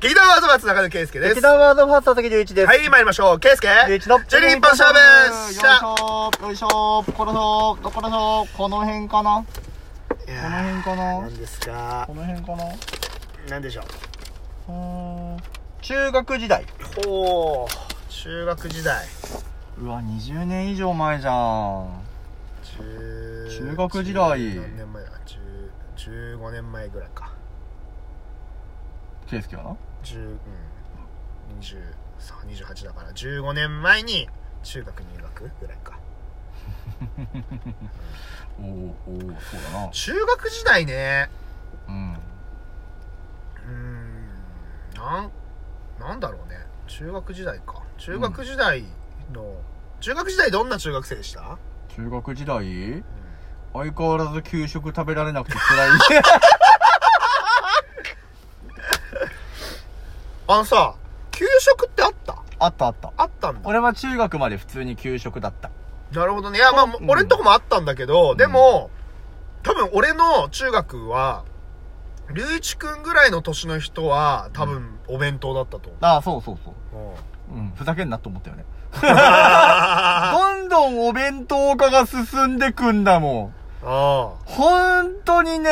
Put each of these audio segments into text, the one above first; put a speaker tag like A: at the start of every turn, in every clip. A: 劇団ワードバーツ中野圭介です。
B: 劇団ワードファースト時隆一です。
A: は。い、参りましょう。圭介。
B: 隆一の
A: 12日本勝負
C: よいし
A: しゃ
C: ょー、よいしょー、この辺、どこの辺、この辺かなこの辺かな
B: 何ですか
C: この辺かなう
B: 何でしょ
C: ーん中学時代。
A: ほう、中学時代。
C: うわ、20年以上前じゃん。
A: 中
C: 中学時代
A: 何年前だ10 ?15 年前ぐらいか。
C: ケイスケはな
A: 10、うん。23、28だから、15年前に中学入学ぐらいか。
C: おー、おー、そうだな。
A: 中学時代ね。
C: うん。
A: うーんなんなんだろうね中学時代か中学時代の、中学時代どんな中学生でした、
C: 中学時代相変わらず給食食べられなくて辛 い。
A: あのさ給食ってあった
C: あったあった。
A: あったんだ
C: 俺は中学まで普通に給食だった。
A: なるほどねいやまあ、
C: うん
A: 俺んとこもあったんだけどでも、多分俺の中学は龍一くんぐらいの年の人は多分お弁当だったと思
C: ああ、そうそうそう。
A: う、うん
C: うん、ふざけんなと思ったよね。どんどんお弁当化が進んでくんだもん。
A: あ
C: 本当にね、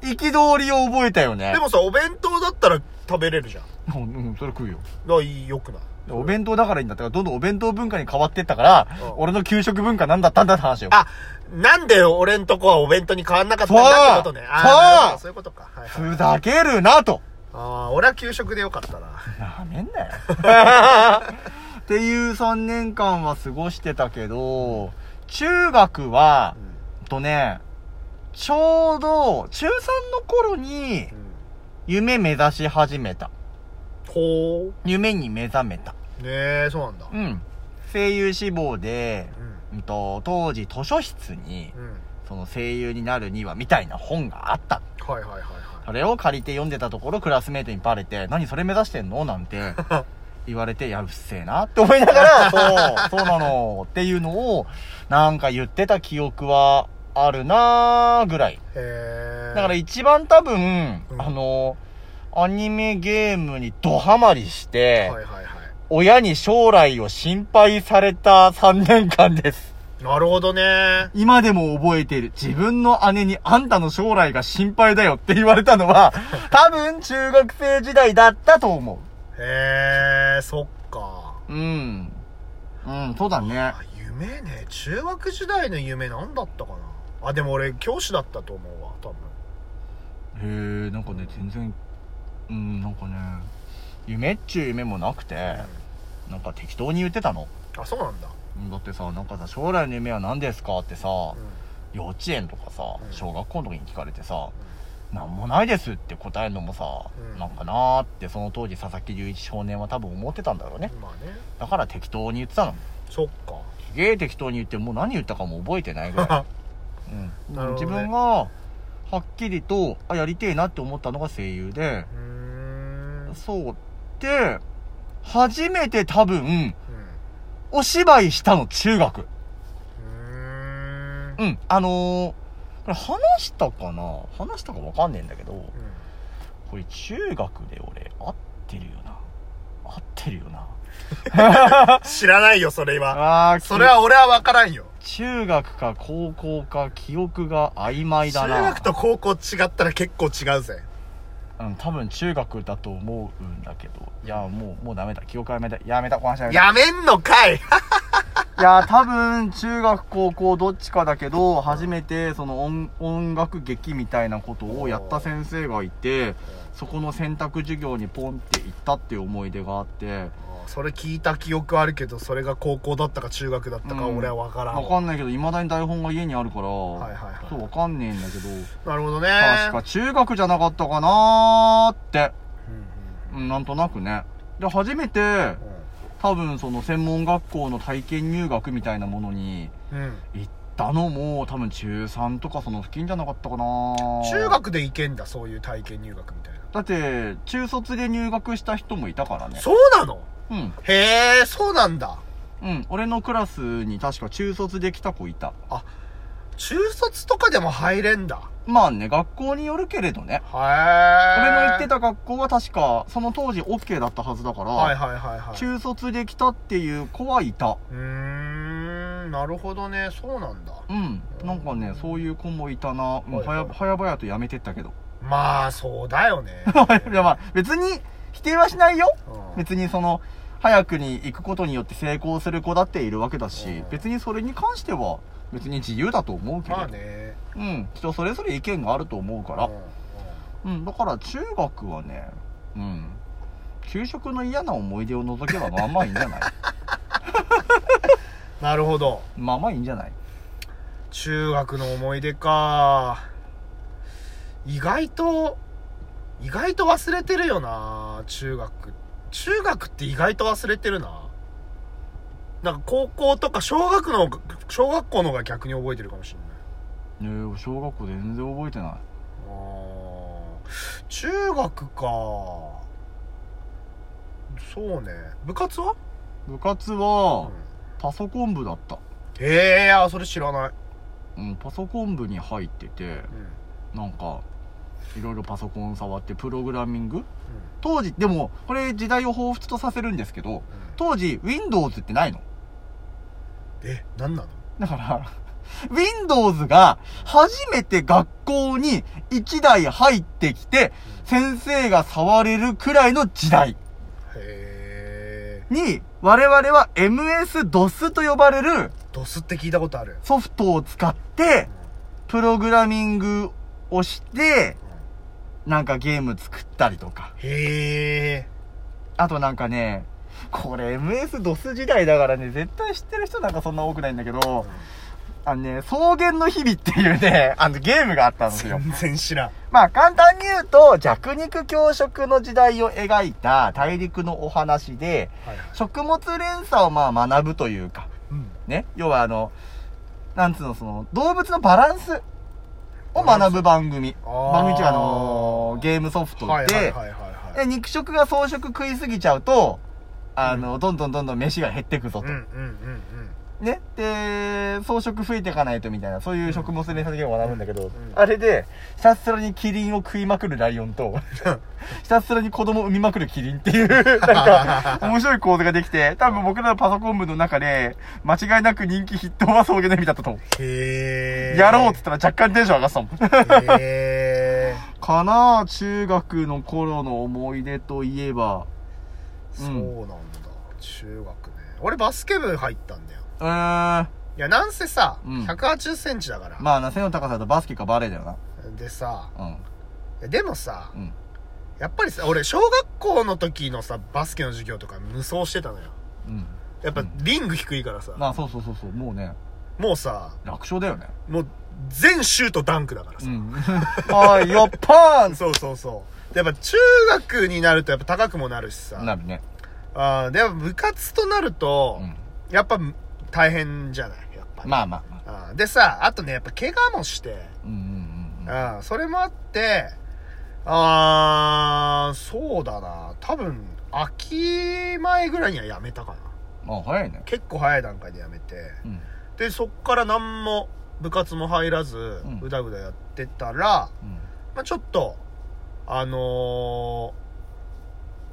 C: 憤りを覚えたよ
A: あ
C: ね
A: で。もさお弁当だったら食べれるじゃんだか
C: うん、うんそれ食うよ。
A: らいいよくない
C: お弁当だからいいんだったから、どんどんお弁当文化に変わってったから
A: うん、
C: 俺の給食文化なんだったんだって話よ。
A: あ、なんで俺んとこはお弁当に変わんなかったんだってことね。
C: そう
A: あーなるほど
C: そう
A: そういうことか。はいはい、
C: ふざけるなと。
A: ああ、俺は給食でよかったな。
C: なめんなよ。っていう3年間は過ごしてたけど、中学は、とね、ちょうど、中3の頃に、夢目指し始めた。
A: ほ
C: 夢に目覚めた。
A: う。ねえ、そうなんだ。
C: うん。声優志望で、うんと、当時図書室に
A: う、ん。うん。
C: その声優になるにはみたいな本があった。
A: はいはいはいはい。
C: それを借りて読んでたところクラスメートにバレて、何それ目指してんのな んて言われて、いや、うっせえなって思いながら、そう、そうなのっていうのを、なんか言ってた記憶はあるなーぐらい。
A: へえ。
C: だから一番多分、
A: うん
C: あの、アニメゲームにドハマりして、
A: はいはいは
C: 親に将来を心配された3年間です。
A: い。なるほどね。
C: 今でも覚えている。自分の姉にあんたの将来が心配だよって言われたのは、多分中学生時代だったと思
A: へえ、そっか。
C: う。うん。うん、そうだね
A: あ。夢ね。中学時代の夢なんだったかな。あ、でも俺、教師だったと思うわ、多分。
C: へえ、なんかね、全然、うん、なんかね、夢っちゅう夢もなくて、なんか適当に言ってたの。
A: あ、そうなんだ。
C: うんだってさ、なんかさ、将来の夢は何ですかってさ、
A: う
C: 幼稚園とかさ
A: うん
C: 小学校の時に聞かれてさ「なんもないです」って答えるのもさ、
A: うん
C: なんかなーってその当時佐々木隆一少年は多分思ってたんだろうね
A: ん。まあね。
C: だから適当に言ってたの
A: そっ か。
C: すげえ適当に言ってもう何言ったかも覚えてないぐらい、うん
A: なるほどね
C: 自分がはっきりとあやりてえなって思ったのが声優で
A: うーん。うん。
C: そうで初めて多分お芝居したの中学
A: うーん
C: うんあのー、これ話したかな話したかわかんねえんだけど、これ中学で俺合ってるよな合ってるよな
A: 知らないよ、それは。
C: あー
A: それは俺は分からんよ。
C: き中学か高校か記憶が曖昧だ
A: 中
C: な
A: 学と高校違ったら結構違うぜ。
C: うん多分中学だと思うんだけどいやもうもうダメだ記憶曖昧だやめたこの話やめた
A: やめんのかい
C: いや多分中学高校どっちかだけど初めてその音音楽劇みたいなことをやった先生がいてそこの選択授業にポンって行ったっていう思い出があって
A: それ聞いた記憶あるけど、それが高校だったか中学だったか
C: うん
A: 俺は分からん。
C: わかんないけど、未だに台本が家にあるか
A: い
C: ら、
A: はい
C: そう、わかんねえんだけど、
A: なるほどね。
C: 確か中学じゃなかったかなーって、
A: うんうん
C: うん、なんとなくね。で、初めて、多分その専門学校の体験入学みたいなものに
A: うんうん
C: 行ったのも、多分中3とかその付近じゃなかったかなー
A: 中学で行けんだ、そういう体験入学みたいな。
C: だって、中卒で入学した人もいたからね。
A: そうなの
C: うん。
A: へえ、そうなんだ。
C: うん。俺のクラスに確か中卒で来た子いた。
A: 中卒とかでも入れんだ。
C: まあね、学校によるけれどね。
A: は
C: 俺の行って
A: た。
C: た学校は確か、その当時 OK だったはずだから、
A: はいはいはいはい。
C: 中卒で来たっていう子はいた。
A: うーん、なるほどね。そうなんだ。
C: うん。なんかね、そういう子もいたな。うん
A: はいはい
C: はや、はやばやとやめてったけど。
A: まあ、そうだよね。
C: いやまあ、別に否定はしないよ。
A: うん
C: 別にその、早くに行くことによって成功する子だっているわけだし
A: うん、
C: 別にそれに関しては、別に自由だと思うけれど。
A: まあね。
C: うん。人それぞれ意見があると思うから
A: うん。うん
C: うん、だから中学はね、うん。給食の嫌な思い出を除けばまあまあいいんじゃない
A: なるほど。
C: まあまあいいんじゃない
A: 中学の思い出か。意外と、意外と忘れてるよな。中学。中学って意外と忘れてるな。なんか高校とか小学の、小学校の方が逆に覚えてるかもしれない。
C: ねえ、小学校全然覚えてない。
A: あー中学かそうね部活は、
C: 部活
A: うん
C: は、パソコン部だった。
A: へえあそれ知らない、
C: うん、パソコン部に入ってて、
A: うん
C: なんか、いろいろパソコン触ってプログラミング当時、でも、これ時代を彷彿とさせるんですけど、当時、Windows ってないの。
A: うんえ何なの
C: だから、Windows が初めて学校に1台入ってきて、先生が触れるくらいの時代
A: へえ
C: に、我々は MS-DOS と呼ばれる
A: ドスって聞いたことある、
C: ソフトを使って、プログラミングをして、なんかゲーム作ったりとか。
A: へえ
C: あとなんかね、これ MS-DOS 時代だからね、絶対知ってる人なんかそんな多くないんだけど、あのね、草原の日々っていうね、 あのゲームがあったんですよ。
A: 全然知らん
C: まあ簡単に言うと、弱肉強食の時代を描いた大陸のお話で、
A: はいはい
C: 食物連鎖をまあ学ぶというか、
A: うん
C: ね、要はあの、なんつうの、その、動物のバランスを学ぶ番組。
A: あー
C: 番組っていうかあのーゲームソフト
A: はいはい
C: で、
A: はいはいは
C: で
A: い
C: 肉食が草食食いすぎちゃうと、あの、どんどんどんどん飯が減ってくぞ
A: うん
C: と。
A: うんうん
C: ね。で、草食増えていかないとみたいな、そういう食物連鎖ゲームを学ぶんだけど、
A: ん
C: あれで、ひたすらにキリンを食いまくるライオンと、ひたすらに子供を産みまくるキリンっていう、なんか、面白い構図ができて、多分僕らのパソコン部の中で、間違いなく人気筆頭は草原の日々だったと思
A: うん
C: う。
A: へえ
C: やろうっつったら若干テンション上がってたもん。
A: へえ
C: かなあ中学の頃の思い出といえば、
A: そうう んなんだ中学ね俺バスケ部入ったんだよ
C: うーん、
A: いや、なんせさ、
C: うん
A: 180センチだから。
C: まあな、背の高さだとバスケかバレーだよな。
A: でさ、
C: うん。
A: でもさ、
C: うん
A: やっぱりさ、俺、小学校の時のさ、バスケの授業とか無双してたのよ。
C: うん。
A: やっぱ
C: う、ん
A: リング低いからさ、
C: まあそうそうそうそう、もうね、
A: もうさ、
C: 楽勝だよね。
A: もう、全シュートダンクだからさ。
C: ん。 はい、よっぱーん
A: そうそうそう。でやっぱ、中学になるとやっぱ高くもなるしさ、
C: なるね。
A: あーで、やっぱ部活となると、
C: うん。
A: やっぱ、大変じゃないやっぱり、
C: まあまあまあ。
A: あーでさ、あとね、やっぱ怪我もして、
C: うんうんうん。
A: うん、それもあって、あー、そうだな。多分、秋前ぐらいには辞めたかな。
C: まあ早いね。
A: 結構早い段階で辞めて。
C: うん。
A: で、そっから何も部活も入らず
C: うん、
A: うだうだやってたら、
C: うん。
A: まあ、ちょっと、あのー、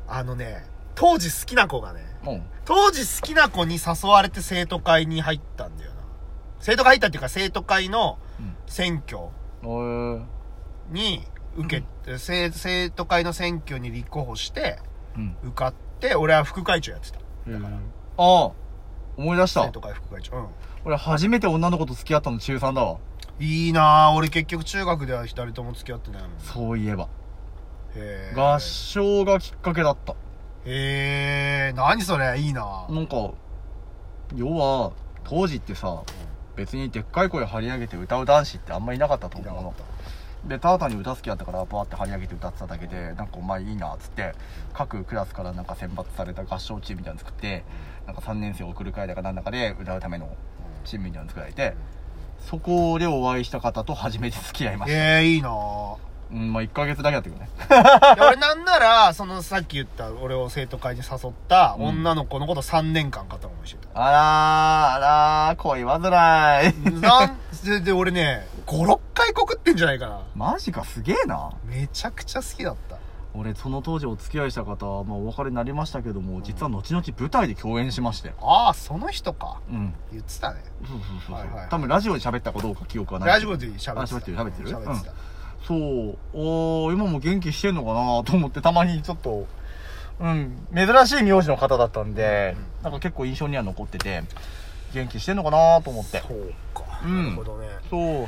A: あのね、当時好きな子がね、
C: もう。
A: 当時好きな子に誘われて生徒会に入ったんだよな。生徒会入ったっていうか、生徒会の
C: うん
A: 選挙。
C: おえ
A: に受けて、生生徒会の選挙に立候補して
C: うん。
A: 受かって俺は副会長やってただから
C: ああ、思い出し
A: 生
C: た
A: 徒。会副会長う
C: 俺初めて女の子と付き合ったの中3だわ。
A: んいいなぁ俺結局中学では誰とも付き合ってないもん
C: そういえば。
A: へー
C: 合唱がきっかけだった。
A: へえ何それいいなぁ
C: なんか、要は、当時ってさ、別にでっかい声張り上げて歌う男子ってあんまりいなかったと
A: いい
C: 思
A: な
C: う
A: ぁ
C: の。でただ単に歌好きだったからバーって張り上げて歌ってただけでなんかお前いいなっつって各クラスからなんか選抜された合唱チームみたいなの作ってなんか3年生を送る会だかなんだかで歌うためのチームみたいなの作られてそこでお会いした方と初めて付き合いました、
A: へえいいなぁ
C: うんまあ1ヶ月だけだったけどね
A: いや俺なんならそのさっき言った俺を生徒会に誘った女の子のこと3年間片思いしてた
C: あらーあらー恋煩い
A: なんでで俺ね56回告ってんじゃないかな
C: マジかすげえな
A: めちゃくちゃ好きだった
C: 俺その当時お付き合いした方は、まあ、お別れになりましたけども実は後々舞台で共演しまして
A: ああその人か
C: うん
A: 言ってたね
C: そうそうそうそう、
A: はいはいはい
C: 多分ラジオで喋ったかどうか記憶はない
A: 大丈夫で喋
C: あ
A: ってた
C: 喋ってる喋ってる
A: 喋ってた、
C: そうおー今も元気してんのかなと思ってたまにちょっとうん珍しい名字の方だったんで、なんか結構印象には残ってて元気してんのかなと思って
A: そうか、
C: うん
A: なるほどね
C: そう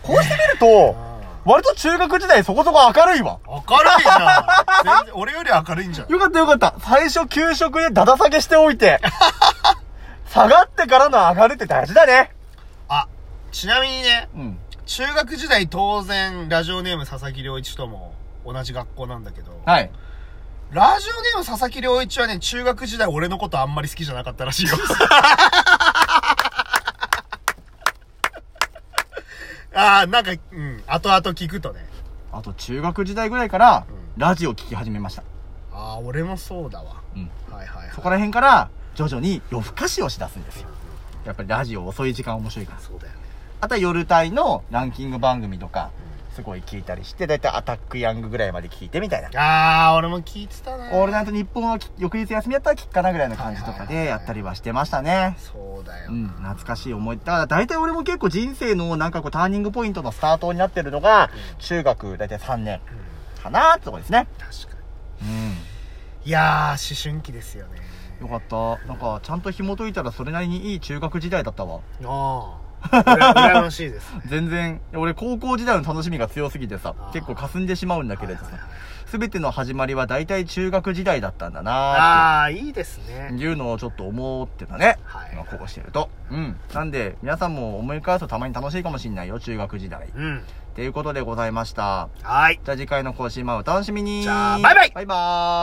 C: こうしてみると
A: あ
C: 割と中学時代そこそこ明るいわ
A: ー明るいじゃん全然俺より明るいんじゃん
C: よかったよかった最初給食でダダ下げしておいて 下がってからの上がるって大事だね
A: あちなみにね
C: うん
A: 中学時代当然ラジオネーム佐々木良一とも同じ学校なんだけど
C: はい
A: ラジオネーム佐々木良一はね中学時代俺のことあんまり好きじゃなかったら しいよああなんかうん後々聞くとね
C: あと中学時代ぐらいから
A: う
C: ラジオ聞き始めました
A: ああ俺もそうだわ
C: うん
A: はいはいはい
C: そこら辺から徐々に夜更かしをしだすんですよやっぱりラジオ遅い時間面白いから
A: そうだよね
C: あとは夜帯のランキング番組とかすごい聞いたりしてだいたいアタックヤングぐらいまで聞いてみたいな
A: ああ俺も聞いてた
C: 「
A: な
C: オールナイトニッポン」はき翌日休みやったら聞っかなぐらいの感じとか
A: はいはい
C: で
A: はい
C: やったりはしてましたね
A: そうだよ
C: う、
A: なん
C: 懐かしい思い。だから大体俺も結構人生のなんかこうターニングポイントのスタートになってるのが、中学大体3年
A: うん
C: かなってとこですね。
A: 確か
C: うん。
A: にいやー思春期ですよね
C: よかった。なんかちゃんと紐解いたらそれなりにいい中学時代だったわ。
A: ああ羨ましいですね
C: 全然、俺高校時代の楽しみが強すぎてさ
A: あー、
C: 結構霞んでしまうんだけれど
A: はいはい
C: さ
A: はい、
C: すべての始まりは大体中学時代だったんだな ーっ
A: ああいいですね
C: ていうのをちょっと思ってたね。
A: はい
C: 今こうしてると。うん。なんで、皆さんも思い返すとたまに楽しいかもしんないよ、中学時代。
A: うん
C: っていうことでございました。
A: はい
C: じゃあ次回の更新もお楽しみに
A: じゃあバイバイ
C: バイバーイ